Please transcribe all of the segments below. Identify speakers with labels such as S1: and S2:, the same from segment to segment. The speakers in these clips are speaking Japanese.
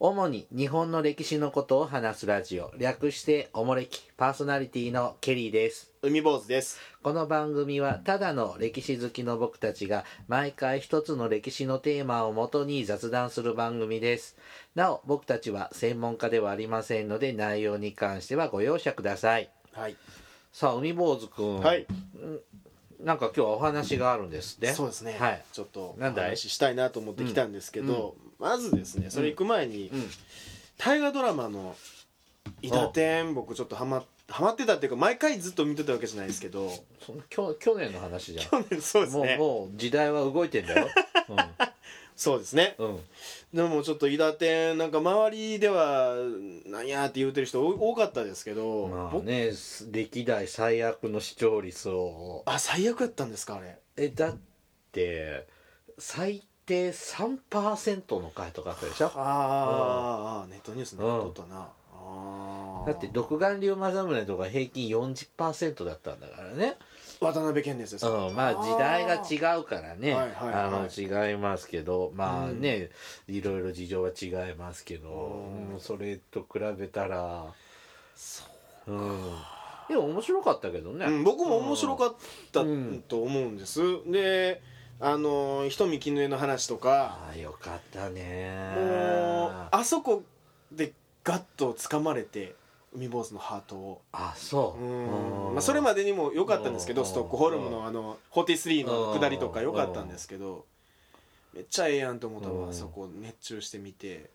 S1: 主に日本の歴史のことを話すラジオ略しておもれきパーソナリティのケリーです
S2: 海坊主です。
S1: この番組はただの歴史好きの僕たちが毎回一つの歴史のテーマをもとに雑談する番組ですなお僕たちは専門家ではありませんので内容に関してはご容赦ください
S2: はい。
S1: さあ海坊主くん、
S2: はい。
S1: なんか今日はお話があるんですって
S2: そうですね。
S1: はい
S2: ちょっとお
S1: なんだい
S2: 話ししたいなと思ってきたんですけど、まずですね、それ行く前に、
S1: うん
S2: 大河ドラマの伊達天僕ちょっとハマハマってたっていうか毎回ずっと見てたわけじゃないです けど、
S1: その去去年の話じゃん
S2: 去年そうです
S1: もう
S2: ね。
S1: もう時代は動いてん だよ。
S2: そうですね。
S1: うん、うん、
S2: でもちょっと伊達天なんか周りではなんやって言うてる人多多かったですけど、
S1: まあ
S2: 僕
S1: ね歴代最悪の視聴率を
S2: あ最悪やったんですかあれ。
S1: えだって最低3%の回とかあったでしょ
S2: あーあーネットニュースね
S1: うん
S2: 撮ったな。あー
S1: だって独眼竜政宗とか平均40%だったんだからね、
S2: 渡辺謙ですよ。
S1: うん、まあ時代が違うからね
S2: はいはいは
S1: あ
S2: い
S1: の違いますけどまあね、いろいろ事情は違いますけど、
S2: うん
S1: うんそれと比べたら、
S2: そう
S1: うん、でも面白かったけどね、
S2: うん、僕も面白かった
S1: うん
S2: と思うんです、であのひとみきぬえの話とか
S1: ああよかったね
S2: もうあそこでガッと掴まれて海坊主のハートを
S1: あそうう、
S2: ん、まあ、それまでにも良かったんですけど
S1: うん
S2: ストックホルムのあの43の下りとか
S1: うん
S2: 良かったんですけどめっちゃええやんと思った
S1: う
S2: わ
S1: ん
S2: あそこ熱中してみて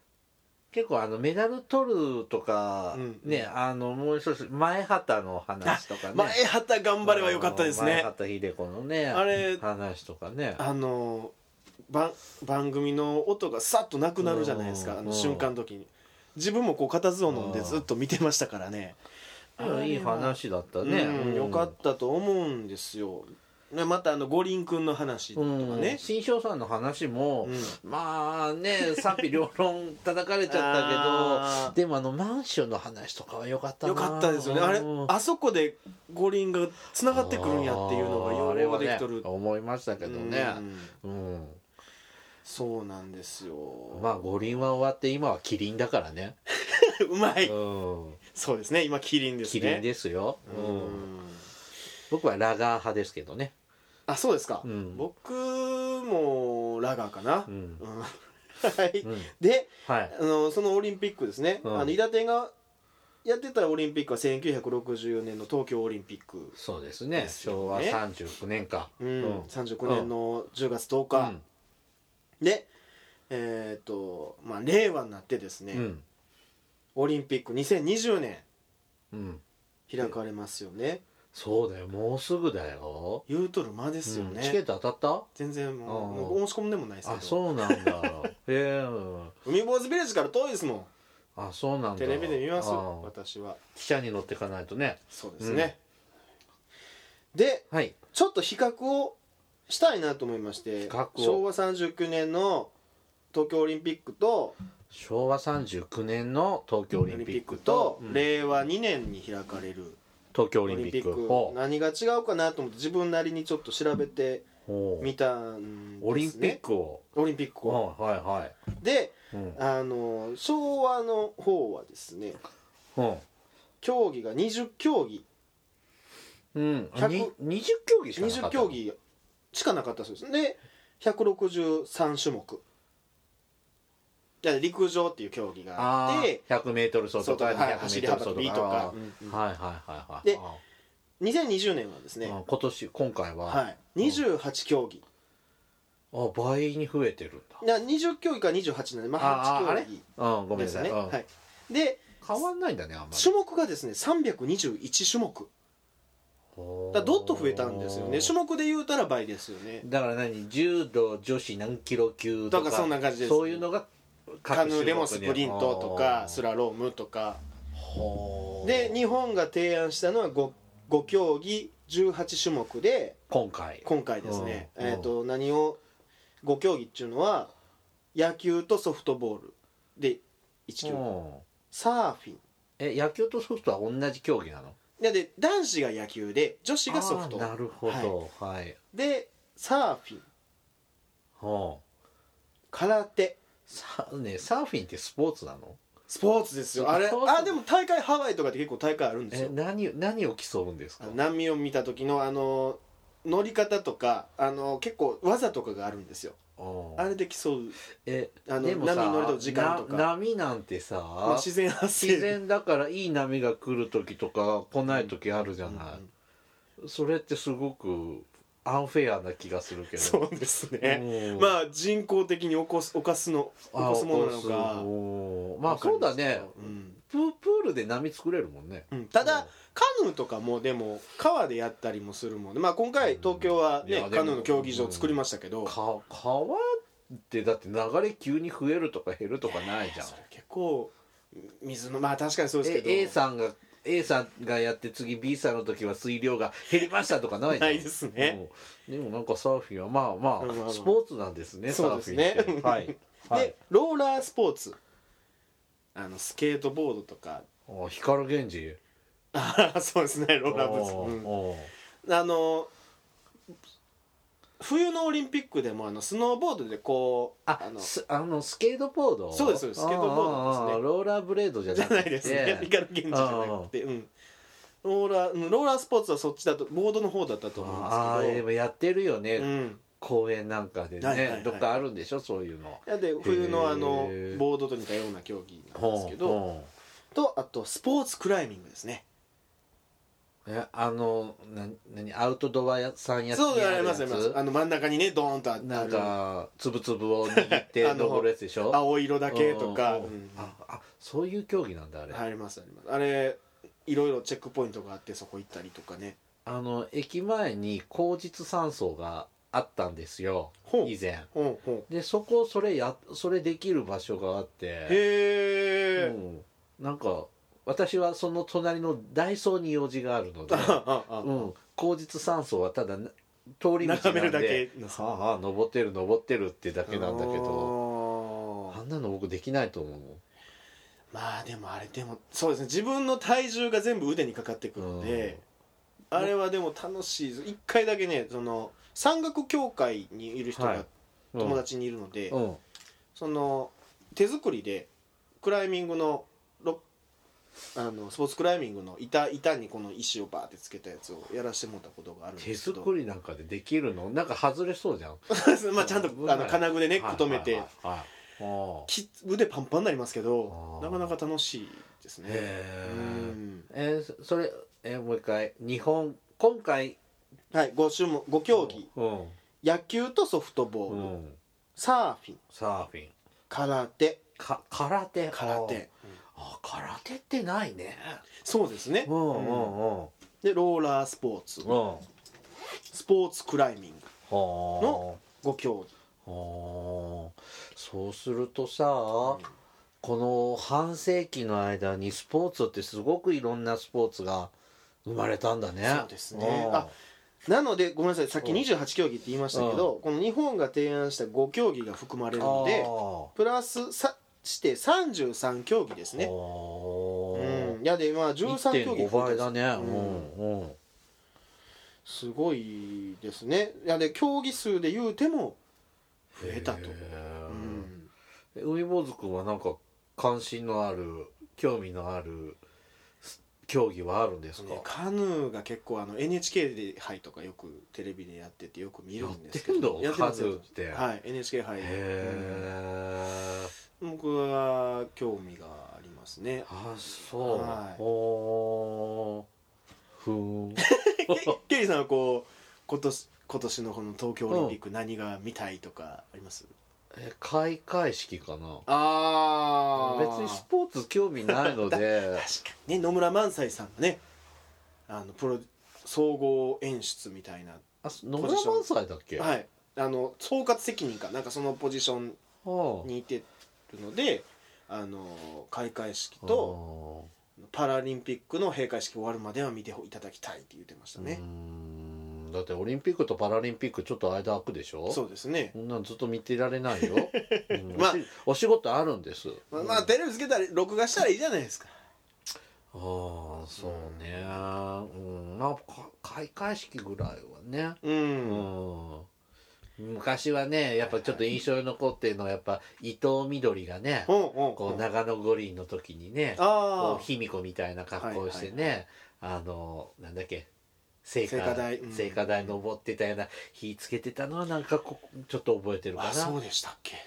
S1: 結構あのメダル取るとか、
S2: うん
S1: ねあのもう一つ前畑の話とかね
S2: 前畑頑張れは良かったです
S1: 前
S2: ね
S1: 畑秀子のね
S2: あれ
S1: 話とかね
S2: あの番番組の音がさっとなくなるじゃないです
S1: う
S2: か
S1: ん
S2: あの瞬間の時に自分もこう固唾を飲んで
S1: うん
S2: ずっと見てましたからね
S1: うんいい話だったね、
S2: うんよかったたと思うんですよねまたあの五輪くんの話とか
S1: ね、
S2: ね
S1: 新庄さんの話も、
S2: うん
S1: まあね賛否両論叩かれちゃったけ
S2: あ
S1: どでもあのマンションの話とかは良かった
S2: ー
S1: な
S2: よかったですよねあれ
S1: うん
S2: あそこで五輪がつながってくるんやっていうのが
S1: あーあれ
S2: よ
S1: は
S2: うでき
S1: ね
S2: とる
S1: 思いましたけどね
S2: うん
S1: うん
S2: そうなんですよ
S1: まあ五輪は終わって今はキリンだからね、
S2: うまい
S1: うん、
S2: そうですね今キリンです
S1: キ
S2: ね
S1: リンですよ、う
S2: うんん
S1: 僕はラガー派ですけどね、
S2: あそうですか、
S1: うん
S2: 僕もラガーかな、
S1: う
S2: うん
S1: ん
S2: はい、
S1: うん
S2: で
S1: はい
S2: あのそのオリンピックですね、
S1: うん
S2: あの伊達天がやってたオリンピックは1964年の東京オリンピック、
S1: そうですね
S2: ですよね
S1: 昭和39年か、
S2: うん
S1: うん
S2: 39年の10月10
S1: う
S2: 日、
S1: ん
S2: でえっ、とまあ令和になってですね、
S1: うん
S2: オリンピック2020年
S1: うん
S2: 開かれますよね
S1: そうだよもうすぐだよ、
S2: 言うとる間ですよ
S1: うんチケッ
S2: ね、
S1: ト当たっ
S2: 全然もう
S1: うん
S2: もう申し込んでもないです
S1: た
S2: け
S1: あ
S2: ど
S1: そうなんだ ええうん
S2: 海坊主ビレッジから遠いですも
S1: あそうなん
S2: ん
S1: だ
S2: テレビで見ます
S1: あー
S2: 私は
S1: 汽車に乗っていかないとね
S2: そうですね、で
S1: はい
S2: ちょっと比較をしたいなと思いまして
S1: 比較を
S2: 昭和39年の東京オリンピックと
S1: 昭和39年の東京オ
S2: オ
S1: リ
S2: リ
S1: ン
S2: ン
S1: ピ
S2: ピ
S1: ッ
S2: ッ
S1: ク
S2: ク
S1: と
S2: と
S1: うん
S2: 令和2年に開かれる
S1: 東京オ
S2: オ
S1: リ
S2: リ
S1: ンピ
S2: ンピ
S1: ッ
S2: ッ
S1: ク
S2: ク
S1: ほう
S2: 何が違うかなと思って自分なりにちょっと調べて
S1: ほう
S2: みたんです、ね、
S1: オリンピックを、
S2: オリンピックを
S1: はいはいはい
S2: で
S1: うん
S2: あの昭和の方はですね
S1: うん
S2: 競技が20競技
S1: うん、
S2: 100
S1: に20競技しかなかった
S2: 20競技しかなかったそうですで163種目だから陸上っていう競技があ
S1: あ
S2: っ
S1: ー
S2: て
S1: 100m 走
S2: そう
S1: と
S2: と
S1: か
S2: か、はい、
S1: 200m 走と
S2: 走り
S1: か
S2: 幅跳びとか、うん
S1: はいはいはいはい
S2: で
S1: あ
S2: 2020年はです
S1: ー
S2: ね、
S1: うん今年今回は、
S2: はい、28競技
S1: あ倍に増えてるんだ
S2: な20競技から28なんで、まあ、
S1: あーあれ
S2: 8競
S1: うんご
S2: 技
S1: めんな
S2: です
S1: さい、
S2: ね、
S1: うん
S2: はい、で
S1: 変わんないんだねあんまり
S2: 種目がですね321種目だからどっと増えたんですよね種目で言うたら倍ですよね
S1: だから何柔道女子何キロ級と
S2: と
S1: か
S2: かそんな感じです
S1: そういうのが
S2: カヌーでもスプリントとかス
S1: ラ
S2: ラロームとかで日本が提案したのは 5, 5競技18種目で
S1: 今回
S2: 今回ですね、
S1: うんうん
S2: えー、と何を5競技っていうのは野球とソフトボールで1競技
S1: うん
S2: サーフィン
S1: え野球とソフトは同じ競技なの
S2: でで男子が野球で女子がソフト
S1: あーなるほどはい、
S2: でサーフィン
S1: ほう
S2: 空手
S1: さねサーフィンってスポーツなの
S2: スポーツですよあれ
S1: スポーツ
S2: あでも大会ハワイとかって結構大会あるんです
S1: え
S2: よ
S1: 何何を競うんです
S2: あ
S1: か
S2: の波を見た時のあの乗り方とかあの結構技とかがあるんですよ
S1: うん
S2: あれで競う
S1: え
S2: あの
S1: でもさ
S2: 波乗りと時間とか
S1: な波なんてさ、
S2: まあ自然発生
S1: 自然だからいい波が来る時とか来ない時あるじゃない、それってすごくアンフェアな気がするけど
S2: そうですね、
S1: うん
S2: まあ人工的に起こす犯すの起
S1: あ
S2: こすものなの
S1: 起こ
S2: か
S1: すうんまあそうだね
S2: うん
S1: ププールで波作れるもんね
S2: うんただカヌーとかもでも川でやったりもするもんで、まあ、今回東京は
S1: い
S2: ね、
S1: やでも
S2: カヌーの競技場を作りましたけど、
S1: か川ってだって流れ急に増えるとか減るとかないじゃん
S2: それ結構水のまあ確かにそうですけ
S1: え
S2: ど
S1: A さんが A さんがやって次 B さんの時は水量が減りましたとかないじゃん
S2: ないですね、
S1: うんでもなんかサーフィンはまあまあ、
S2: うんうんうん
S1: スポーツなんですねサ
S2: そう
S1: ー
S2: で
S1: フ
S2: す
S1: ィン
S2: ね
S1: って、 はい、はい、
S2: でローラースポーツあのスケートボードとか
S1: あ光源氏
S2: あーそうですねローラーブーツ
S1: おー
S2: うん
S1: おー
S2: あの冬のオリンピックでもあのスノーボードでこう
S1: あ
S2: あの
S1: のスあのスケートボード
S2: そうですそうですスケートボードですね
S1: ああローラーブレードじゃ
S2: じ
S1: な
S2: ゃ
S1: くて
S2: ないですね光源氏じゃなくてうんローラーうんローラースポーツはそっちだとボードの方だったと思うん
S1: ああ
S2: です
S1: で
S2: けど
S1: もやってるよね、
S2: うん、
S1: 公園なんかでね、
S2: はいはいはい
S1: どっかあるんでしょそういうの
S2: なので冬
S1: へー
S2: のあのボードと似たような競技なんですけど
S1: ほ
S2: とあとスポーツクライミングですね
S1: うほうえあのな何アウトドア屋さんや
S2: そう
S1: に
S2: あ
S1: るや
S2: りま
S1: つ
S2: すありますあの真ん中にねドーンとあって
S1: なんかつぶつぶを握って
S2: あの
S1: 登るやつでしょ
S2: 青色だけとか、
S1: うんうん
S2: うん
S1: ああそういう競技なんだあれ、
S2: ありますありますあれいろいろチェックポイントがあってそこ行ったりとかね
S1: あの駅前に工実山荘があったんですよ
S2: ほう
S1: 以前
S2: ほんほん
S1: でそこそれやそれできる場所があって、
S2: へえ、
S1: うん、なんか私はその隣のダイソーに用事がある ので、
S2: あああ
S1: うん、工実山荘はただな通り道なんで
S2: 眺めるだけ
S1: はあ、はあ、登ってる登ってるってだけなんだけど
S2: ど
S1: あんなの僕できないと思う
S2: まあでもあれでもそうですね自分の体重が全部腕にかかってくるので、あれはでも楽しいです一回だけねその山岳協会にいる人
S1: はい
S2: が
S1: うん
S2: 友達にいるので、
S1: うん
S2: その手作りでクライミングのロあのスポーツクライミングの板板にこの石をバーってつけたやつをやらしてもらったことがあるん
S1: 手
S2: ですけど
S1: 作りなんかでできるのなんか外れそうじゃん
S2: そうです まあちゃんとあの金具でね
S1: はい
S2: 固め
S1: は
S2: て
S1: いはいはいああ
S2: き腕パンパンになりますけ
S1: あ
S2: ど
S1: ー
S2: なかなか楽しいですね
S1: へ
S2: う
S1: ー
S2: ん
S1: えーそれえーもう一回日本今回
S2: はい5種目5競技
S1: うん
S2: 野球とソフトボー
S1: う
S2: ル
S1: ん
S2: サーフィン
S1: サーフィン
S2: 空手
S1: か空手
S2: 空手
S1: あ空手ってないね
S2: そうですね
S1: うんうん
S2: うん
S1: うん
S2: でローラースポーツ
S1: うん
S2: スポーツクライミン
S1: は
S2: グ5競技
S1: あはあそうするとさこの半世紀の間にスポーツってすごくいろんなスポーツが生まれたんだね
S2: そうですね
S1: うん
S2: あなのでごめんなさいさっき
S1: うん
S2: 28競技って言いましたけどこの日本が提案した5競技が含まれるので
S1: あ
S2: プラスさして33競技です
S1: あ
S2: ね
S1: おー
S2: うんいやでまあ13競技
S1: 1.5倍だね
S2: う
S1: うんうん
S2: すごいですねいやで競技数で言うても増えたと、
S1: へー
S2: うん
S1: え海坊主くんはなんか関心のある興味のあるす競技はあるんですか、
S2: ねカヌーが結構あの NHK で杯とかよくテレビでやっててよく見るんですけど
S1: やってんの
S2: ます
S1: カヌーって
S2: はい NHK 杯
S1: へえ、
S2: うん僕は興味があります ね
S1: あそう、
S2: はい
S1: ほーふーん
S2: ケリーさんはこう今年今年のこの東京オリンピック何が見たいとかあります、
S1: え開会式かな
S2: あ
S1: 別にスポーツ興味ないの で
S2: 確かにね野村萬斎さんがねあのプロ総合演出みたいな
S1: あ野村萬斎だっけ、
S2: はいあの総括責任かなんかそのポジション
S1: は
S2: にいてるのであの開会式
S1: あ
S2: とパラリンピックの閉会式終わるまでは見ていただきたいって言ってました
S1: うん
S2: ね
S1: う、んだってオリンピックとパラリンピックちょっと間空くでしょ
S2: そうですね、
S1: こんなんずっと見てられない よ、うん
S2: まあ
S1: おしお仕事あるんです
S2: まあ、まあテレビつけたり録画したらいいじゃないですか
S1: ああそうねうんまあか開会式ぐらいはね
S2: うん
S1: うん昔はねやっぱちょっと印象に残ってるのはやっぱ伊藤みどりがね
S2: うんうん
S1: こう
S2: う
S1: ん
S2: あ
S1: 長野五輪の時にねこ
S2: あ
S1: う卑弥呼みたいな格好をしてね、
S2: はい
S1: あのなんだっけ聖
S2: 聖
S1: 火台
S2: 火台うん
S1: 聖火台登ってたような火つけてたのはなんかこちょっと覚えてるかな
S2: あそうでしたっけ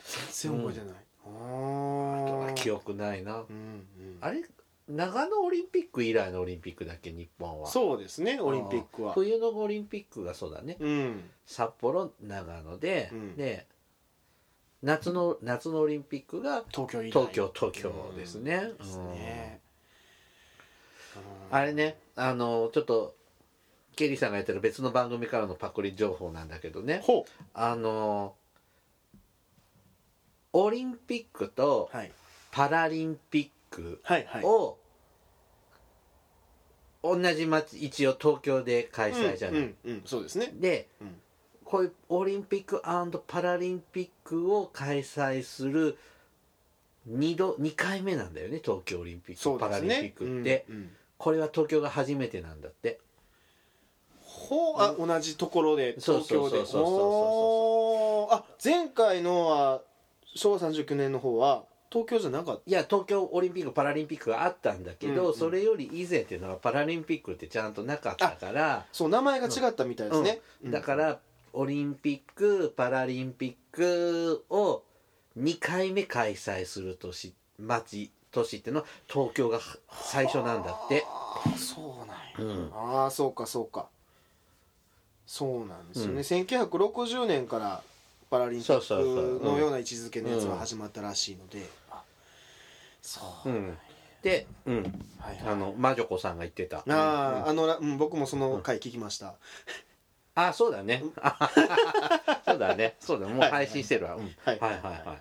S2: 全然覚えてない
S1: あと
S2: あ
S1: は
S2: あ
S1: 記憶ないな
S2: うんうん
S1: あれ長野オリンピック以来のオリンピックだっけ日本は
S2: そうですねオリンピックは
S1: 冬のオリンピックがそうだね
S2: うん
S1: 札幌長野で、
S2: うん
S1: で夏の夏のオリンピックが
S2: 東京以来
S1: 東京東京ですね,
S2: うん
S1: うん、
S2: ですね
S1: あれねあのちょっとケリーさんがやってる別の番組からのパクリ情報なんだけどね
S2: ほ
S1: あのオリンピックと
S2: うはい
S1: パラリンピック
S2: はいはい
S1: を、同じ町一応東京で開催じゃない、
S2: うんうんうんそうですね
S1: で、
S2: うん
S1: こういうオリンピックパラリンピックを開催する2度2回目なんだよね東京オリンピック、
S2: そう
S1: パ
S2: で
S1: ラ
S2: す
S1: リンピ
S2: ね
S1: ックって、
S2: うんうん
S1: これは東京が初めてなんだって
S2: ほうあ同じところで
S1: そう
S2: 東
S1: そう
S2: 京で
S1: そうそうそうそうそう
S2: おーあ前回のは昭和39年の方は東京じゃなかっ
S1: いや東京オリンピックパラリンピックがあったんだけど、
S2: うんうん
S1: それより以前っていうのはパラリンピックってちゃんとなかったから
S2: たそう名前が違ったみたいですね、うん
S1: だからオリンピックパラリンピックを2回目開催する都市町都市っていうのは東京が最初なんだって
S2: あーそうなんや、
S1: うん
S2: ああそうかそうかそうなんですよね、
S1: うん
S2: 1960年からパラリンピ
S1: そうそうそう
S2: ッ
S1: うん
S2: クのような位置づけのやつが始まったらしいので、あそう、
S1: うんで、うん、
S2: はいはい
S1: あの魔女子さんが言ってた
S2: あー、
S1: うん
S2: あのら、うん、僕もその回聞きました、
S1: あそうだね そうだねそうだもう配信してるわうん
S2: は
S1: はいい
S2: は
S1: はいい
S2: はい
S1: は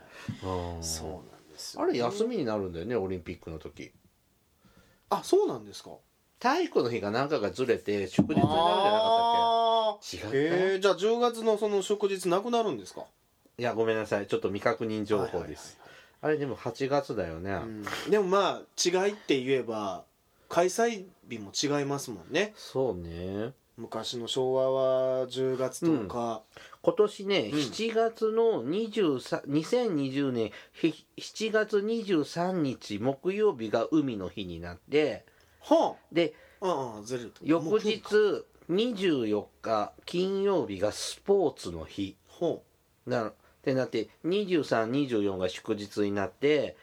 S1: いうん
S2: そうなんですよ
S1: あ
S2: ね、
S1: れ休みになるんだよねオリンピックの時
S2: あそうなんですか
S1: 体育の日が何かがずれて祝日になるんじゃなかっ
S2: あ
S1: たっけ違
S2: ー
S1: った
S2: えー、じゃあ10月のその祝日なくなるんですか
S1: いやごめんなさいちょっと未確認情報です、あれでも8月だよね、
S2: うんでもまあ違いって言えば開催日も違いますもんね
S1: そうね
S2: 昔の昭和は10月とか、
S1: 今年ね、
S2: うん
S1: 7月の23 2020年ひ7月23日木曜日が海の日になって
S2: は
S1: で
S2: あうんうんずれると
S1: 翌日24日金曜日がスポーツの日
S2: ほ
S1: なってなって2324が祝日になって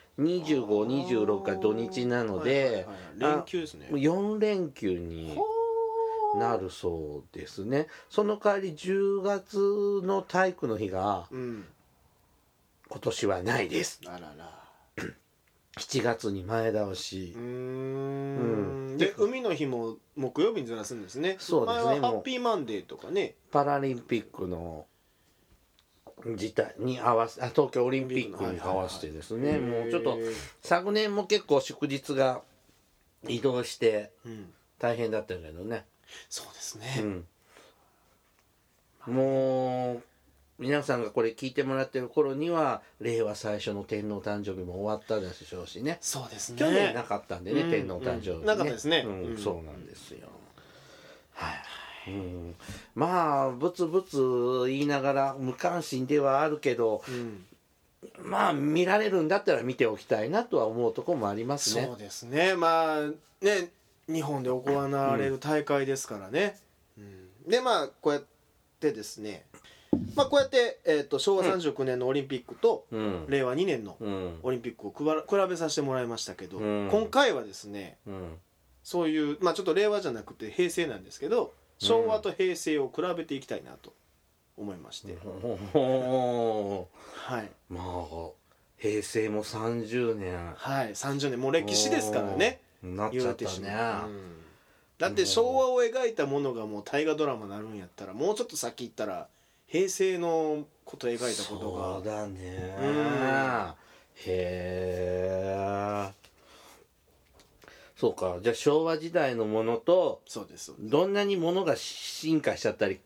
S1: 2526が土日なので
S2: はいはいはい連休ですね
S1: 4連休に
S2: ほう
S1: なるそうですねその代わり10月の体育の日が
S2: うん
S1: 今年はないです
S2: あらら
S1: 7月に前倒し
S2: うーん
S1: うん
S2: で海の日も木曜日にずらすんですね
S1: そうですね
S2: 前はハ
S1: もう
S2: ッピーマンデーとかね
S1: パラリンピックの自体に合わせあ東京オリンピックに合わせてですねもうちょっと
S2: へー
S1: 昨年も結構祝日が移動して
S2: うん
S1: 大変だったけどね、
S2: そうです
S1: う
S2: ね
S1: ん、もう皆さんがこれ聞いてもらってる頃には令和最初の天皇誕生日も終わったでしょうしね
S2: そうですね
S1: 去年なかったんでね、
S2: うん
S1: 天皇誕生日、
S2: うんなかったですね
S1: うん
S2: うん
S1: そうなんですよはい、うん、まあぶつぶつ言いながら無関心ではあるけど
S2: うん
S1: まあ見られるんだったら見ておきたいなとは思うとこもありますね
S2: そうですねまあね日本で行われる大会ですからね、うんでまあこうやってですねまあこうやって、えー、と昭和39年のオリンピックと
S1: うん
S2: 令和2年の
S1: うん
S2: オリンピックをくばら比べさせてもらいましたけど、
S1: うん
S2: 今回はですね
S1: うん
S2: そういうまあちょっと令和じゃなくて平成なんですけど昭和と平成を比べていきたいなと思いまして、
S1: ほほ
S2: はい、
S1: まあ平成も30年
S2: はい、30年もう歴史ですからね
S1: なっち
S2: 言
S1: ゃ
S2: わ
S1: っ
S2: れて
S1: た
S2: し
S1: ね
S2: まう、うんだって昭和を描いたものがもう大河ドラマになるんやったらもうちょっと先行ったら平成のこと描いたこと
S1: そう
S2: が
S1: だね、
S2: うん
S1: へえそうかじゃあ昭和時代のものと
S2: そうですそうです
S1: どんなにものが進化しちゃったり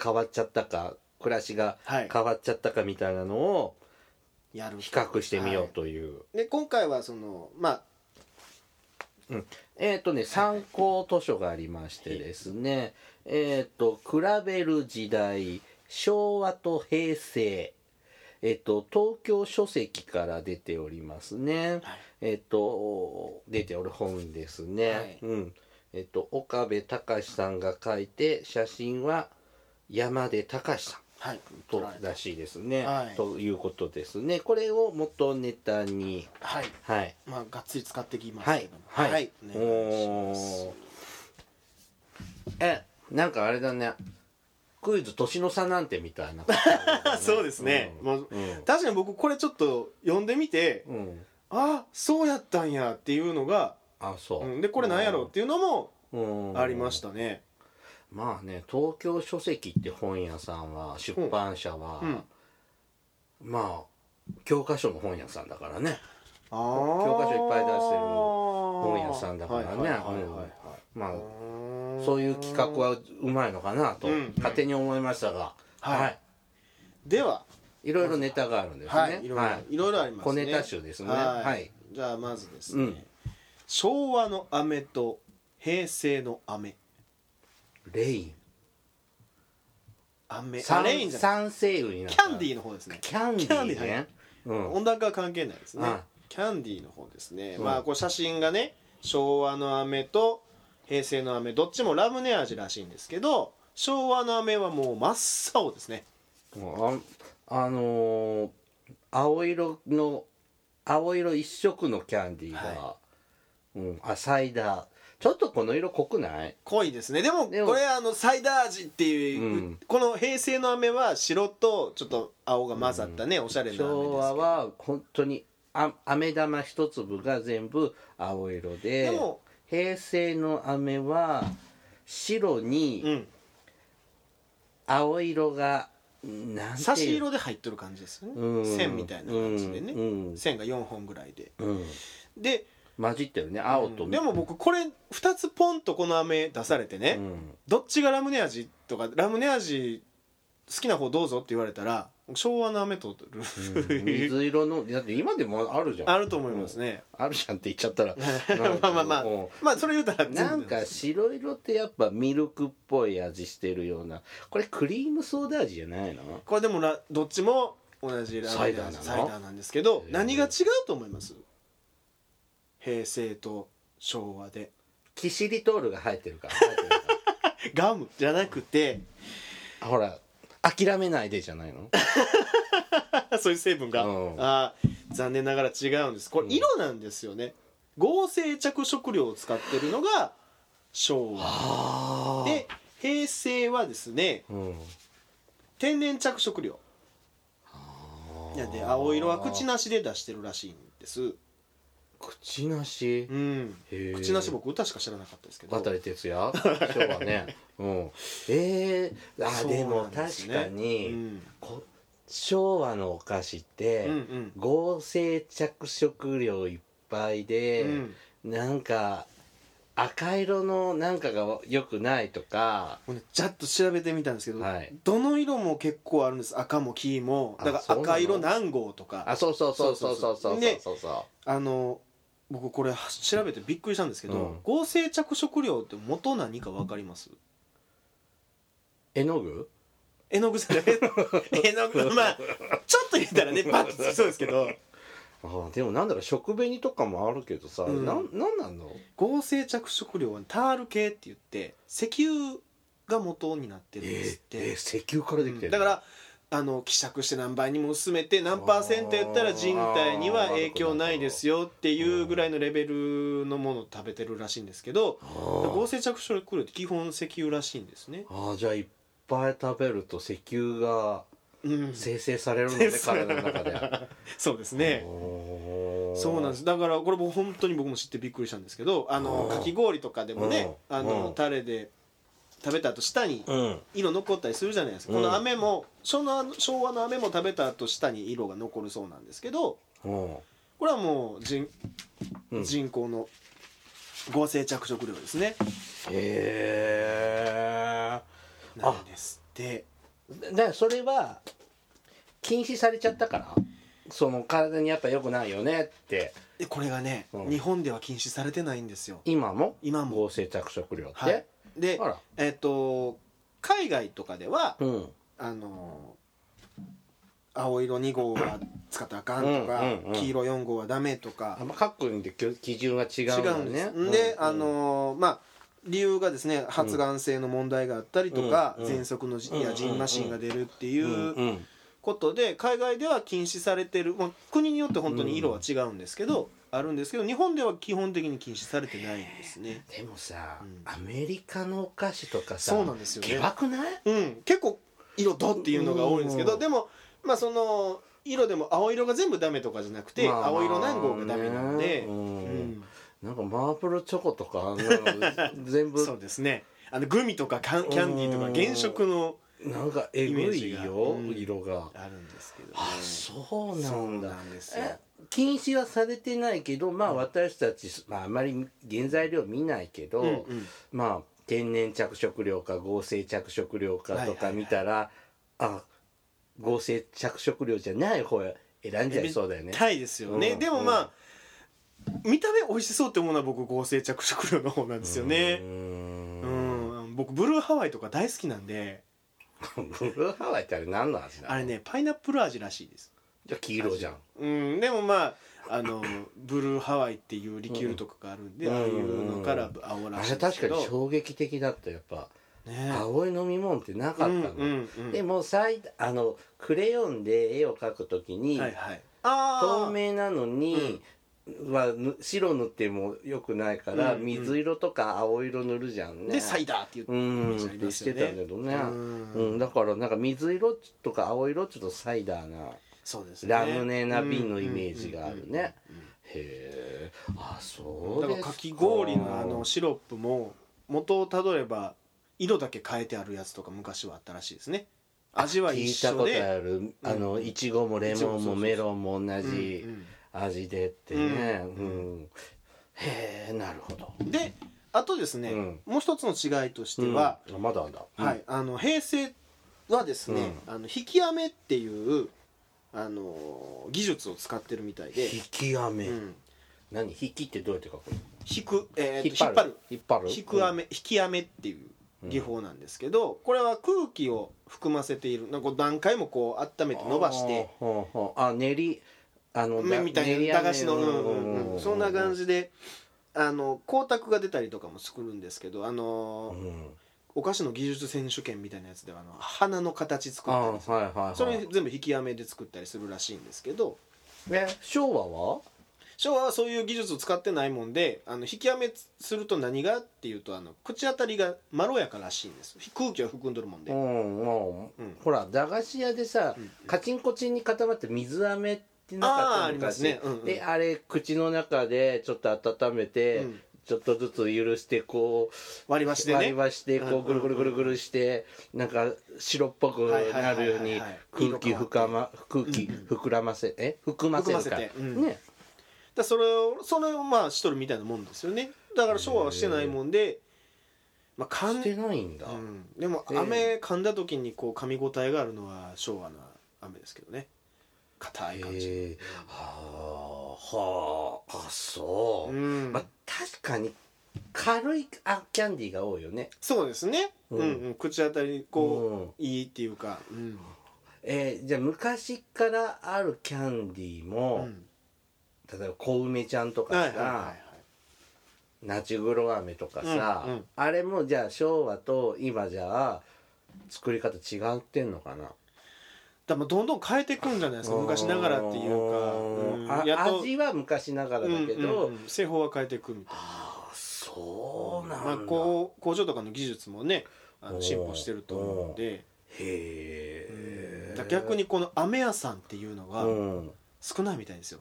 S1: 変わっちゃったか暮らしが
S2: はい
S1: 変わっちゃったかみたいなのを
S2: やる
S1: 比較してみよう
S2: は
S1: という、
S2: いで今回はそのまあ
S1: えっ、とね参考図書がありましてですねえっ、と「比べる時代昭和と平成、えっと、東京書籍から出ておりますね。
S2: はい
S1: えっと、出ておる本ですね。
S2: はい
S1: うん。えっと、岡部隆さんが書いて、写真は山出隆さん。
S2: はい
S1: と
S2: 取られた
S1: らしいですね、
S2: はい
S1: ということですね。これを元ネタに、
S2: はい
S1: はい。
S2: まあがっつり使ってきます
S1: は
S2: け
S1: い
S2: ども。
S1: はい。
S2: お願いし
S1: おーえ、なんかあれだね。クイズ年の差なんてみたいな、
S2: ます そうですね、
S1: うん
S2: もう
S1: うん
S2: 確かに僕これちょっと読んでみて
S1: うん。
S2: あそうやったんやっていうのが、
S1: あ、そう。
S2: うん、でこれなんやろうっていうのも
S1: うん
S2: ありましたね、
S1: まあね、東京書籍って本屋さんは、出版社は、
S2: うん、
S1: まあ、教科書の本屋さんだからね。
S2: あ
S1: 教科書いっぱい出してる
S2: 本
S1: 屋さんだからね
S2: はいはいはいはい
S1: まあ、
S2: はい
S1: そういう企画はうまいのかなと
S2: うん
S1: 勝手に思いましたが、
S2: はい
S1: はい、
S2: では、
S1: いろいろネタがあるんですね。
S2: は、
S1: はい
S2: い
S1: い、
S2: ろいろ、い、ろいろあります
S1: 小
S2: ね
S1: ネタ集ですね。
S2: はい、
S1: はい、
S2: じゃあまずですね、
S1: うん
S2: 昭和の飴と平成の飴
S1: レイン。
S2: 飴あ
S1: 三
S2: レインじゃな
S1: 三
S2: い
S1: 星雲になっ
S2: キ
S1: た
S2: ャンディーの方ですね
S1: キャンディ
S2: キャンディ
S1: ー
S2: ーは
S1: ね。うん。
S2: 温暖化は関係ないですね、
S1: はい
S2: キャンディーの方ですね、
S1: うん
S2: まあこれ写真がね昭和の飴と平成の飴どっちもラムネ味らしいんですけど昭和の飴はもう真っ青ですね
S1: もうああのー青色の青色一色のキャンディーが、
S2: は
S1: うん、あサイダーちょっとこの色濃くない
S2: 濃いですねでも
S1: でも
S2: これあのサイダー味っていう、
S1: うん
S2: この平成の飴は白とちょっと青が混ざったね、おしゃれな飴ですけど
S1: 昭和は本当にあ飴玉一粒が全部青色で
S2: でも
S1: 平成の飴は白
S2: う
S1: に
S2: ん
S1: 青色がなんていう
S2: 差し色で入っとる感じですよね、
S1: うん
S2: 線みたいな感じでね、
S1: うん
S2: 線が4本ぐらいで
S1: うん
S2: で
S1: 混じってるね青と、
S2: うんでも僕これ2つポンとこの飴出されてね、
S1: うん
S2: どっちがラムネ味とかラムネ味好きな方どうぞって言われたら昭和の飴と
S1: うん
S2: る、
S1: 水色のだって今でもあるじゃん
S2: あると思いますね、
S1: あるじゃんって言っちゃったら
S2: まあまあまあ
S1: うん
S2: まあそれ言うたら全部
S1: なんか白色ってやっぱミルクっぽい味してるようなこれクリームソーダ味じゃないの
S2: これでもラどっちも同じラムネ味
S1: サイダーなの
S2: サイダーなんですけど
S1: へえ
S2: 何が違うと思います平成と昭和で
S1: キシリトールが入ってる から入ってるか
S2: ガムじゃなくて
S1: らほら諦めないでじゃないの
S2: そういう成分が、
S1: うん
S2: あー残念ながら違うんですこれ色なんですよね、合成着色料を使ってるのが昭和
S1: あ
S2: で平成はですね
S1: うん
S2: 天然着色料なんで青色は口なしで出してるらしいんです
S1: 口なし
S2: うん
S1: へえ
S2: 口なし僕歌しか知らなかったですけど
S1: 渡哲也今日はねうんえー、あ
S2: そう
S1: でも
S2: なんです
S1: 確
S2: ね
S1: かに、
S2: うん
S1: こ昭和のお菓子って、
S2: うんうん
S1: 合成着色料いっぱいで、
S2: うん
S1: なんか赤色のなんかが良くないとか
S2: もうねちゃっと調べてみたんですけど、
S1: はい
S2: どの色も結構あるんです赤も黄もだか
S1: あそう
S2: ら
S1: なの
S2: 赤色何号とか
S1: あそうそうそうそうそうそうそう
S2: ね
S1: そうそ
S2: あの僕これ調べてびっくりしたんですけど、
S1: うん
S2: 合成着色料って元何か分かります
S1: う絵の具
S2: 絵の具じ ゃない絵の具まあちょっと言ったらねバッとつきそうですけど
S1: あーでもなんだろう食紅とかもあるけどさ、
S2: うん
S1: なん、なんなんの
S2: 合成着色料はタール系って言って石油が元になってるんですって、
S1: えー石油からできて
S2: う
S1: る
S2: んだからあの希釈して何倍にも薄めて何パーセントやったら人体には影響ないですよっていうぐらいのレベルのものを食べてるらしいんですけど
S1: あ
S2: 合
S1: ー
S2: 成着色料って基本石油らしいんですね、
S1: あーじゃあいっぱい食べると石油が
S2: うん、
S1: 生成されるのね体の中で
S2: そうですねそうなんですすだからこれ僕本当に僕も知ってびっくりしたんですけどあの
S1: あー
S2: かき氷とかでもね
S1: うん
S2: あの
S1: うん
S2: タレで食べた後舌に
S1: うん
S2: 色残ったりするじゃないですか、
S1: うん
S2: この飴も昭和の昭和の飴も食べた後舌に色が残るそうなんですけど
S1: うん
S2: これはもう人,、
S1: うん
S2: 人工の合成着色料ですね
S1: へあ
S2: なんですって
S1: えだからそれは禁止されちゃったからその体にやっぱ良くないよねって
S2: でこれがね、
S1: うん
S2: 日本では禁止されてないんですよ
S1: 今も
S2: 今も
S1: 合成着色料って、
S2: はいで
S1: あら
S2: えっ、と海外とかでは
S1: うん
S2: あの青色2号は使ったらあかんとか、
S1: うんうんうん
S2: 黄色4号はダメとか
S1: あんま各国で基準が違
S2: 違
S1: う
S2: うん
S1: ん
S2: で
S1: だ
S2: す、
S1: ね。
S2: で、
S1: うん
S2: あ、のーまあ理由がですね発がん性の問題があったりとか、
S1: うん
S2: 喘息のじ
S1: うん
S2: やジンマシンが出るってい
S1: うん
S2: う
S1: うん
S2: ことで海外では禁止されてる、まあ、国によって本当に色は違うんですけど、あるんですけど日本では基本的に禁止されてないんですね。
S3: でもさ、
S2: うん
S3: アメリカのお菓子とかさ
S2: そうなんですよね
S3: やばくない
S2: うん、結構色どっていうのが多いんですけど、
S1: うん
S2: でもまあその色でも青色が全部ダメとかじゃなくて、
S1: まあまあ
S2: 青色何号がダメなので、
S1: う
S2: うんん
S1: なんかマープルチョコとかあんな の全部
S2: そうですねあのグミとかカンキャンディーと
S1: う
S2: か
S1: ん
S2: 原色の
S1: なんかえぐ
S2: イ
S1: い
S2: メージが
S1: よ、
S2: うん
S1: 色が。
S2: あるんですけど、ね、
S1: あそうな
S2: そうん
S1: だ。
S2: なんですよ
S1: え禁止はされてないけどまあ私たち、まあ、あまり原材料見ないけど、
S2: うんうん
S1: まあ天然着色料か合成着色料かとか見たら、あ合成着色料じゃない方選んじゃいそうだよね。
S2: たいですよね、
S1: うん
S2: でもまあ、見た目美味しそうって思うのは僕合成着色料の方なんですよ
S1: う
S2: ね
S1: ー
S2: うん
S1: ん。
S2: 僕ブルーハワイとか大好きなんで
S1: ブルーハワイってあれ何の味なの
S2: あれ。ねパイナップル味らしいです
S1: じゃあ黄色じゃん。
S2: うんでもまああの ブルーハワイっていうリキュールとかがあるんで、
S1: うん
S2: ああいうのから青ら
S1: あ
S2: しい
S1: れ
S2: んで
S1: 確
S2: す
S1: か
S2: けど
S1: に衝撃的だったやっぱ、
S2: ね
S1: 青い飲み物ってなかった
S2: うん
S1: の、
S2: うんうん
S1: でもさいあのクレヨンで絵を描くときに、
S2: はいはいあー
S1: 透明なのに、はぬ白塗ってもよくないから、
S2: うんうん
S1: 水色とか青色塗るじゃんね
S2: でサイダーって言って
S1: うん
S2: イメージあり
S1: って
S2: ま
S1: し
S2: す
S1: て
S2: よね
S1: たんだけどね
S2: うん
S1: うん、だからなんか水色とか青色ちょっとサイダーな
S2: そうですね
S1: ラムネな瓶のイメージがあるね
S2: うんうんうんうん
S1: へえあそう
S2: だ
S1: で
S2: か
S1: す
S2: らかき氷のあのシロップも元をたどれば色だけ変えてあるやつとか昔はあったらしいですね味は一緒
S1: 聞いたこと
S2: で
S1: あるあのいちごもレモンもメロンも同
S2: うん
S1: じ味でってねうんへえなるほど
S2: うんであとですね、
S1: うん
S2: もう一つの違いとしては、
S1: うんあまだあんだ
S2: はい、あの平成はですね、あの引き飴っていうあの技術を使ってるみたいで、
S1: 引き飴
S2: うん、
S1: 何引きってどうやって書くの
S2: 引く、えー
S1: 引っ
S2: と引っ
S1: 張
S2: 張
S1: る
S2: る
S1: 引っ張る
S2: 引く飴、引き飴っていう技法なんですけど、これは空気を含ませているなんかこう何回もこう温めて伸ばして
S1: あーほうほうあ練りあのだ
S2: めみた
S1: 練
S2: い
S1: り
S2: な
S1: 飴
S2: 駄菓子の、うんう
S1: うん
S2: うんそんな感じであの光沢が出たりとかも作るんですけどあの
S1: う
S2: ー、
S1: ん
S2: お菓子の技術選手権みたいなやつではあの花の形作
S1: あはい
S2: ったりする
S1: はいはい
S2: それ全部引き飴で作ったりするらしいんですけど
S1: え昭和は
S2: 昭和はそういう技術を使ってないもんであの引き飴すると何がっていうとあの口当たりがまろやからしいんです空気を含んどるもんで
S1: う。んもう
S2: うん
S1: ほら駄菓子屋でさ
S2: うん
S1: カチンコチンに固まって水飴ってなかった
S2: あーありますね
S1: 昔
S2: うんうん
S1: であれ口の中でちょっと温めて、
S2: うん
S1: ちょっとずつ許してこ
S2: 割り箸
S1: う
S2: で
S1: 割り
S2: ね
S1: 箸で
S2: うんうん
S1: こ
S2: うん
S1: うぐるぐるぐるぐるしてなんか白っぽくなるよう
S2: はいはいはい
S1: に
S2: はい
S1: 空気深ま空気
S2: うんうん
S1: 膨らませえ含ませる
S2: 含
S1: か
S2: ませ
S1: ね
S2: てうんだそれをそれをまあしとるみたいなもんですよねだから昭和はしてないもんで、まあ、噛ん
S1: してないんだ
S2: うん、でも
S1: へー
S2: 飴噛んだ時にこう噛み応えがあるのは昭和の飴ですけどね硬い感じ、
S1: へえはあはああそうう、
S2: ん
S1: まあ確かに軽いあキャンディーが多いよね
S2: そうですね、
S1: う
S2: うんんうん、口当たりこ
S1: うん
S2: う、いいっていうか、うん
S1: えーじゃあ昔からあるキャンディー
S2: う
S1: も、
S2: ん、
S1: 例えば小梅ちゃんとかさ、
S2: はいはいはいはい
S1: ナチグロ飴とかさ、
S2: うんうん
S1: あれもじゃあ昭和と今じゃあ作り方違ってんのかな
S2: だからもうどんどん変えていくんじゃないですか昔ながらっていうか、
S1: あ
S2: うん、やっと
S1: 味は昔ながらだけど、
S2: うんうんうん製法は変えていくみたいな
S1: あそうなんだ、
S2: まあ、こう工場とかの技術もねあの進歩してると思うんで
S1: へ
S2: うん
S1: え
S2: だから逆にこの飴屋さんっていうのが
S1: うん
S2: 少ないみたいですよ、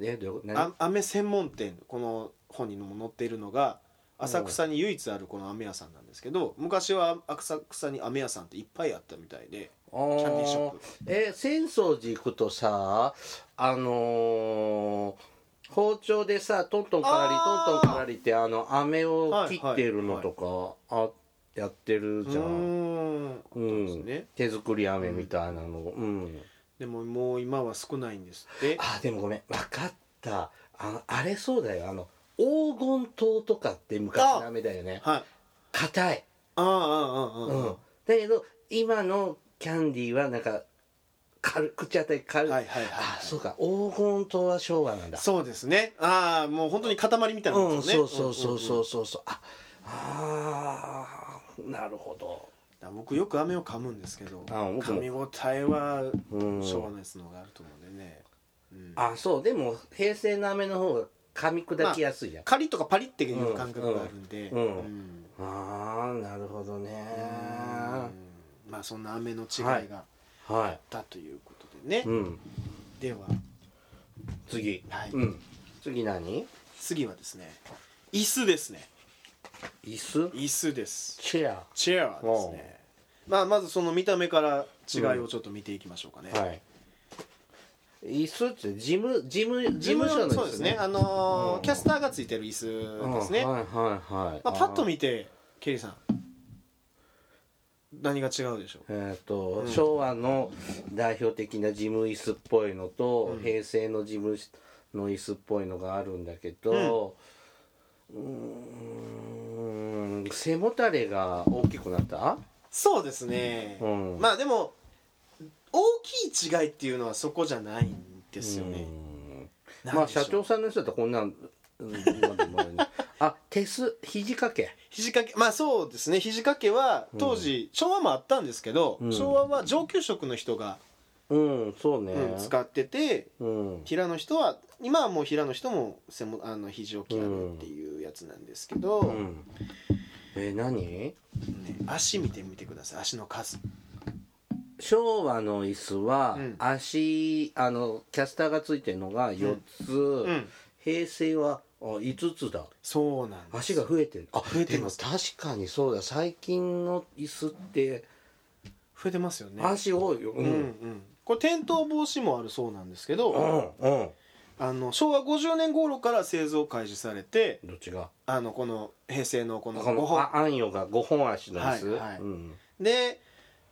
S1: えどういうこと何
S2: あ飴専門店この本にも載っているのが浅草に唯一あるこの飴屋さんなんですけど昔は浅草に飴屋さんっていっぱいあったみたいで
S1: キャ
S2: キャンディーショップ
S1: え浅草寺行くとさあのー包丁でさトントンからり
S2: あー
S1: トントンからりってあの飴を切ってるのとか、あやってるじゃ
S2: うー
S1: ん、
S2: ん
S1: うん
S2: そうですね
S1: 手作り飴みたいなのうん、
S2: でももう今は少ないんですって
S1: あでもごめん分かったあのあれそうだよあの黄金糖とかって昔の飴だよね
S2: はい
S1: 硬い、
S2: ああああああ
S1: うん、だけど今のキャンディーはなんか軽口当たり軽い、
S2: はいはい
S1: あ
S2: はい
S1: そうか黄金島は昭和なんだ
S2: そうですねああもう本当に塊みたいなもん
S1: うん
S2: ですね
S1: そうそうそう
S2: うんうん
S1: そうそうそうああーなるほど
S2: だから僕よく飴を噛むんですけど
S1: あ僕も
S2: 噛み応えは
S1: うん
S2: しょうがないですのがあると思うんでね、うん
S1: あそうでも平成の飴の方が噛み砕きやすいじゃん、
S2: カリッとかパリッていう感覚があるんで、
S1: うんうん
S2: うん
S1: ああなるほどね
S2: うんまあそんな飴の違いがあっ
S1: は
S2: たということで
S1: い
S2: ね、
S1: うん
S2: では、
S1: 次
S2: はい
S1: うん次何
S2: 次はですね椅子ですね
S1: 椅子
S2: 椅子です
S1: チェア
S2: チェアですねまあまずその見た目から違いをちょっと見ていきましょうかね、
S1: はい椅子って事務事務事務所の
S2: そう
S1: 椅
S2: です
S1: 子
S2: ね
S1: ね
S2: あのー
S1: うん
S2: キャスターがついてる椅子ですね、
S1: うんはいはいはい
S2: まあ、パッと見てケリーさん何が違うでしょう
S1: えーと昭和の代表的な事務椅子っぽいのと、
S2: ん
S1: 平成の事務の椅子っぽいのがあるんだけどうーん背もたれが大きくなった
S2: そうですね、
S1: うん
S2: まあでも大きい違いっていうのはそこじゃないんですよね、
S1: う
S2: なんん
S1: まあ
S2: でしょ
S1: 社
S2: う
S1: 長さんの人だったらこんなん、うん今でもあ れねあ手す肘掛け
S2: 肘掛けまあそうですね肘掛けは当時、昭和もあったんですけど、
S1: うん
S2: 昭和は上級職の人が、
S1: うんそうね、
S2: うん使ってて
S1: うん
S2: 平の人は今はもう平の人も背もあの肘を切らるっていうやつなんですけど、
S1: うんえ何
S2: ね足見てみてください足の数
S1: 昭和の椅子は
S2: うん
S1: 足、あのキャスターがついてるのが4つ、
S2: うん
S1: 平成はあ5つだ
S2: そうなんです
S1: 足が増えてるあ
S2: 増えてます
S1: でも確かにそうだ最近の椅子って
S2: 増えてますよね
S1: 足多いよう
S2: うんうんこれ転倒防止もあるそうなんですけど、
S1: うんうん
S2: あの昭和50年頃から製造開始されて
S1: どっちが
S2: あのこの平成のこの
S1: こ
S2: 5
S1: の
S2: 本
S1: あ安陽が5本足の椅子、
S2: はいはい
S1: うん
S2: で、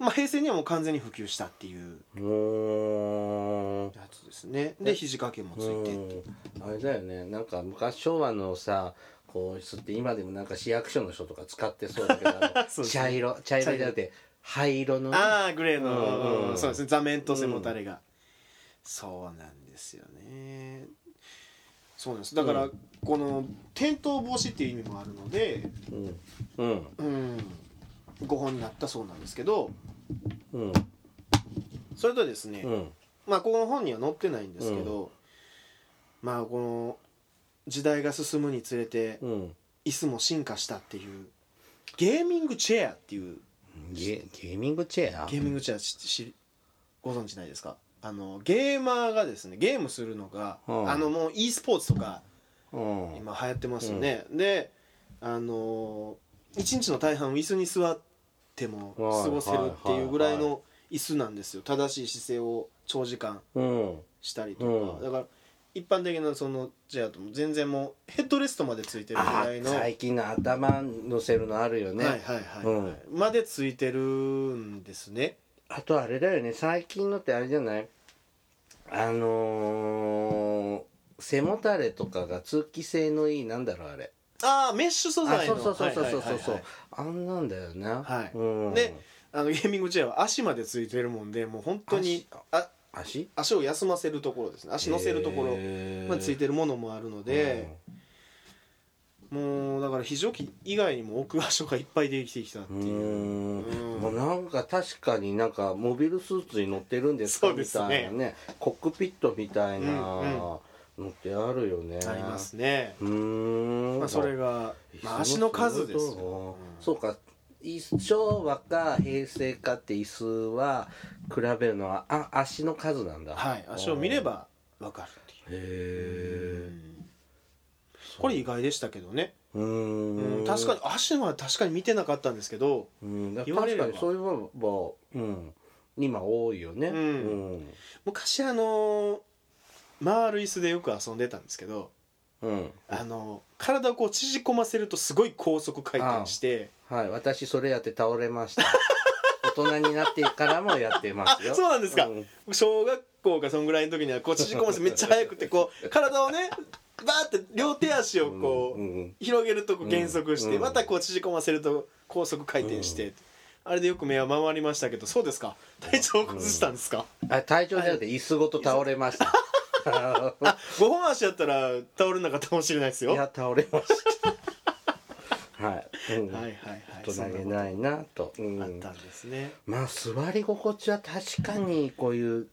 S2: まあ、平成にはもう完全に普及したっていう
S1: うーん
S2: やつですねで肘掛けもついてっていう
S1: うんあれだよねなんか昔昭和のさこう椅子って今でもなんか市役所の人とか使ってそうだけどあの
S2: そうですね
S1: 茶色茶色じゃなくて灰色のね
S2: ああグレー
S1: うんうん
S2: の、
S1: うん
S2: そうですね座面と背もたれが、そうなんですよねそうなんですだから、
S1: う
S2: この転倒防止っていう意味もあるので、
S1: うんうん
S2: うん、5本になったそうなんですけど
S1: うん
S2: それとですね、
S1: うん
S2: まあこの本には載ってないんですけど、まあこの時代が進むにつれて
S1: うん
S2: 椅子も進化したっていうゲーミングチェアっていう
S1: ゲゲーミングチェア
S2: ゲーミングチェアししご存知ないですかあのゲーマーがですねゲームするのが、
S1: うん
S2: あのもう e スポーツとか
S1: うん
S2: 今流行ってますよね、であの一日の大半を椅子に座っても過ごせるっていうぐらいの椅子なんですよ正しい姿勢を長時間
S1: うん
S2: したりとか、
S1: うん
S2: だから一般的なそのチェアとも全然もうヘッドレストまでついてるぐ
S1: あ
S2: らいの、
S1: 最近の頭乗せるのあるよね、
S2: はいはいはい、
S1: うん
S2: までついてるんですね
S1: あとあれだよね最近のってあれじゃないあのー背もたれとかが通気性のいいなんだろうあれ
S2: ああメッシュ素
S1: あ
S2: 材
S1: そ
S2: の
S1: うそうそうそうそうそう
S2: はいはいはいはい
S1: あんなんだよね
S2: はい
S1: うん、
S2: であのゲーミングチェアは足までついてるもんでもう本当にあ
S1: 足
S2: 足を休ませるところですね足乗せるところまでついてるものもあるので、もうだから非常機以外にも置く場所がいっぱいできてきたって
S1: うー
S2: いう、
S1: ん
S2: うん
S1: もうなんか確かになんかモビルスーツに乗ってるんですか
S2: そうですね
S1: みたいなねコックピットみたいな
S2: うん
S1: のってあるよね、
S2: ありますね、
S1: うーん、
S2: まあ、それが、まあ、足の数ですよ、
S1: よそうかい昭和か平成かって椅子は比べるのはあ足の数なんだ
S2: はい、足を見ればわかるっていう
S1: へえ
S2: これ意外でしたけどね、
S1: うー
S2: うんん、確かに足は確かに見てなかったんですけど
S1: うん、だか
S2: 言
S1: ら
S2: われ
S1: 確か
S2: れば
S1: にそういうのは、うん、今多いよね、
S2: うん昔あのー回る椅子でよく遊んでたんですけど
S1: うんうん
S2: あのー体をこう縮こませるとすごい高速回転して
S1: はい私それやって倒れました 大人になってからもやってま
S2: あ
S1: すよ
S2: そうなんですか、
S1: うん
S2: 小学校かそんぐらいの時にはこう縮こませめっちゃ速くてこう体をねバーって両手足をこう、
S1: うん
S2: 広げるとこ減速して、
S1: うん
S2: またこう縮こませると高速回転して、あれでよく目は回りましたけどそうですか体調を崩したんですか、
S1: あ体調じゃなくて椅子ごと倒れました
S2: あ5本足やったら倒れなかったかもしれないです よ
S1: いや倒れましたはい、うん
S2: はいはいはい
S1: 大人げ
S2: い
S1: ないなと、う
S2: あっ
S1: ん、
S2: たんですね
S1: まあ座り心地は確かにこういう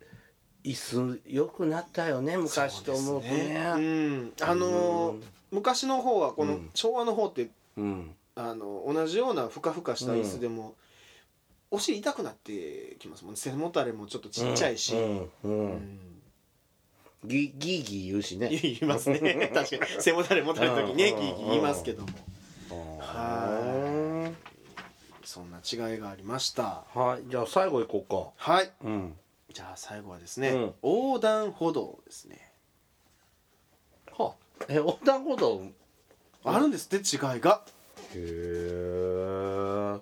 S1: 椅子良くなったよね昔と思うとね
S2: うんあのー
S1: うん
S2: 昔の方はこ
S1: う
S2: の
S1: ん
S2: 昭和の方って
S1: うん
S2: あの同じようなふかふかした椅子でも、お尻痛くなってきますもんね背もたれもちょっとちっちゃいし、
S1: うんうん
S2: う
S1: うん
S2: ん
S1: ギギーギー言うしね
S2: 言いま すね確かに背もたれもたれの時ね
S1: うん
S2: ギーギー言いますけども
S1: は
S2: そんな違いがありました
S1: いはいじゃあ最後行こ
S2: はいう
S1: かうん
S2: じゃあ最後はですね、
S1: うん
S2: 横断歩道ですね
S1: はあえ横断歩道へ
S2: あるんですって違いが
S1: え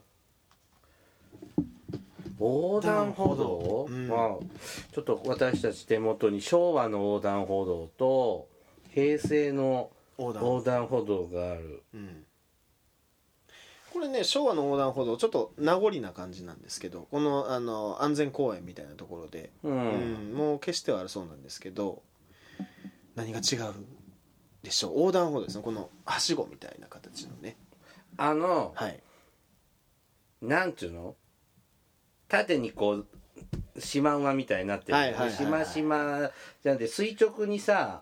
S1: 横断歩道、
S2: うん
S1: まあちょっと私たち手元に昭和の横断歩道と平成の
S2: 横断
S1: 横断歩道がある
S2: うんこれね昭和の横断歩道ちょっと名残な感じなんですけどこのあの安全公園みたいなところで、
S1: う
S2: うん
S1: ん、
S2: もう決してはあるそうなんですけど何が違うでしょう横断歩道ですねこのはしごみたいな形のね
S1: あの
S2: はい
S1: なんていうの縦にこうシマウマみたいになってる
S2: はいはいはいはい
S1: しましまじゃなくて垂直にさ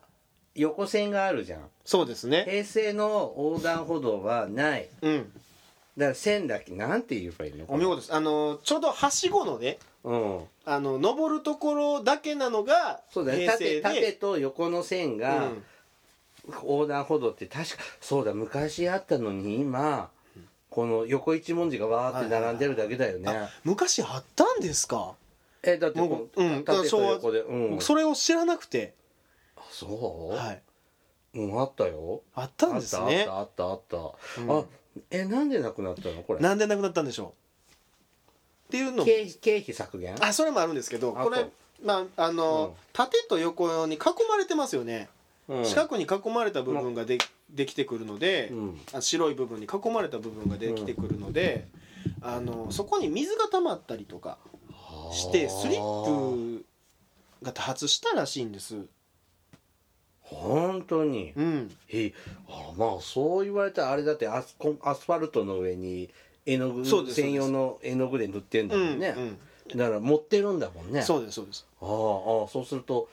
S1: 横線があるじゃん
S2: そうですね
S1: 平成の横断歩道はない
S2: うん
S1: だから線だけなんて言えばいいの
S2: お見事ですあのちょうどはしごのね
S1: うん
S2: あの登るところだけなのが
S1: そうだね
S2: 平成
S1: 縦
S2: で
S1: 縦と横の線
S2: う
S1: が
S2: ん、
S1: 横断歩道って確かそうだ昔あったのに今この横一文字がわーって並んでるだけだよね、
S2: あ昔あったんですか、
S1: えだってこう
S2: うん
S1: 縦と横でうん
S2: 僕それを知らなくて
S1: あそう、
S2: はい
S1: うんあったよ
S2: あったんですね
S1: あったあったあったあった、
S2: うん
S1: あえなんでなくなったのこれ
S2: なんでなくなったんでしょうっていうのも
S1: 経費経費削減
S2: あそれもあるんですけど
S1: あ
S2: こ
S1: そ
S2: れ
S1: う
S2: まああの、
S1: うん
S2: 縦と横に囲まれてますよね、
S1: うん
S2: 四角に囲まれた部分がで,、できてくるので、
S1: うん
S2: あ白い部分に囲まれた部分ができてくるので、あのそこに水が溜まったりとかしてスリップが多発したらしいんです
S1: 本当に
S2: うん
S1: えあまあそう言われたらあれだってアスコンアスファルトの上に絵の具
S2: そうです
S1: 専用の絵の具で塗ってんだもんね、
S2: うん
S1: だから持ってるんだもん
S2: う
S1: ね
S2: ん、そうですそうです
S1: ああああそうすると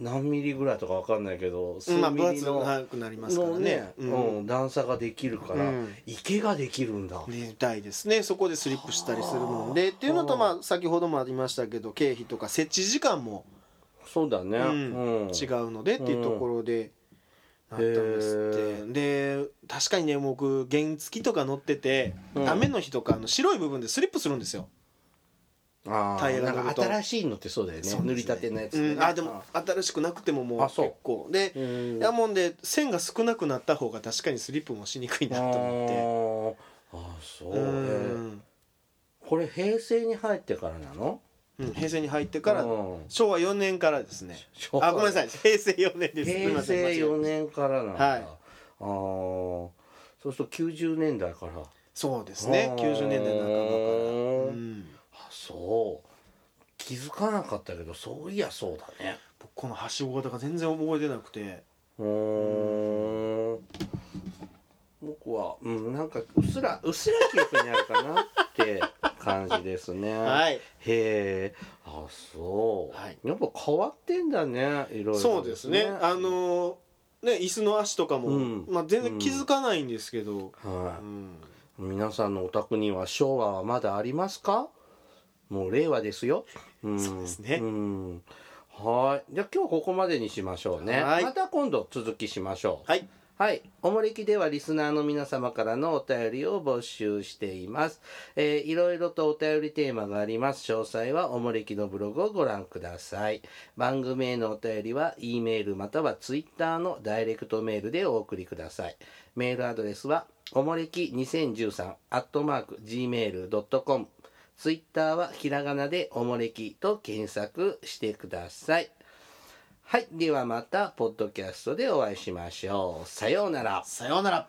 S1: 何ミリぐらいとかわかんないけど数ミ
S2: まあ分
S1: リ
S2: 厚
S1: の,、
S2: くなりますから
S1: の
S2: ね
S1: ね、
S2: う
S1: うん
S2: ん
S1: 段差ができるから、
S2: うん
S1: 池ができるんだ、
S2: みたいですねそこでスリップしたりするもんでっていうのとまあ先ほどもありましたけど経費とか設置時間も、
S1: そうだね、
S2: うん
S1: うん
S2: 違うのでっていうところで。なったんですってで確かにね僕原付とか乗ってて、
S1: うん
S2: 雨の日とかあの白い部分でスリップするんですよ、
S1: あ
S2: タイヤ
S1: ー
S2: が
S1: な
S2: 乗ると
S1: んか新しいのってそうだよね
S2: そうですね
S1: 塗りたてのやつ
S2: うん、あでも新しくなくてももう
S1: あそう
S2: 結構で
S1: うん
S2: やもんで線が少なくなった方が確かにスリップもしにくいなと思
S1: あーあそう、
S2: ってう
S1: えー
S2: ん、
S1: これ平成に入ってからなの
S2: うん、平成に入ってから
S1: うん
S2: 昭和4年からですね
S1: 昭和
S2: あごめんなさい平成4年です
S1: 平成4
S2: 年
S1: 年からなんだ、
S2: はい
S1: ああそうすると90年代から
S2: そうですね
S1: あー
S2: 90年代半ばか
S1: う
S2: らうん
S1: あそう気づかなかったけどそういやそうだね
S2: 僕このはしごとか全然覚えてなくて
S1: うーん僕は、うん、なんかうっすらうっすら記憶にあるかなって感じですね
S2: はい
S1: へえあそう、
S2: はい
S1: やっぱ変わってんだねいろいろ、
S2: そうですねあのーね椅子の足とかも
S1: うん
S2: まあ全然気づかないんですけど
S1: は
S2: うん
S1: い、皆さんのお宅には昭和はまだありますかもう令和ですよ、うん、
S2: そうですね
S1: うんはいじゃあ今日ここまでにしましょうね
S2: はい
S1: また今度続きしましょう
S2: はい
S1: はい。おもれきではリスナーの皆様からのお便りを募集しています。えーいろいろとお便りテーマがあります。詳細はおもれきのブログをご覧ください。番組へのお便りは、E メールまたは Twitter のダイレクトメールでお送りください。メールアドレスは、おもれき2013、アットマーク、gmail.com。ツイッターはひらがなでおもれきと検索してください。はい。ではまた、ポッドキャストでお会いしましょう。さようなら。
S2: さようなら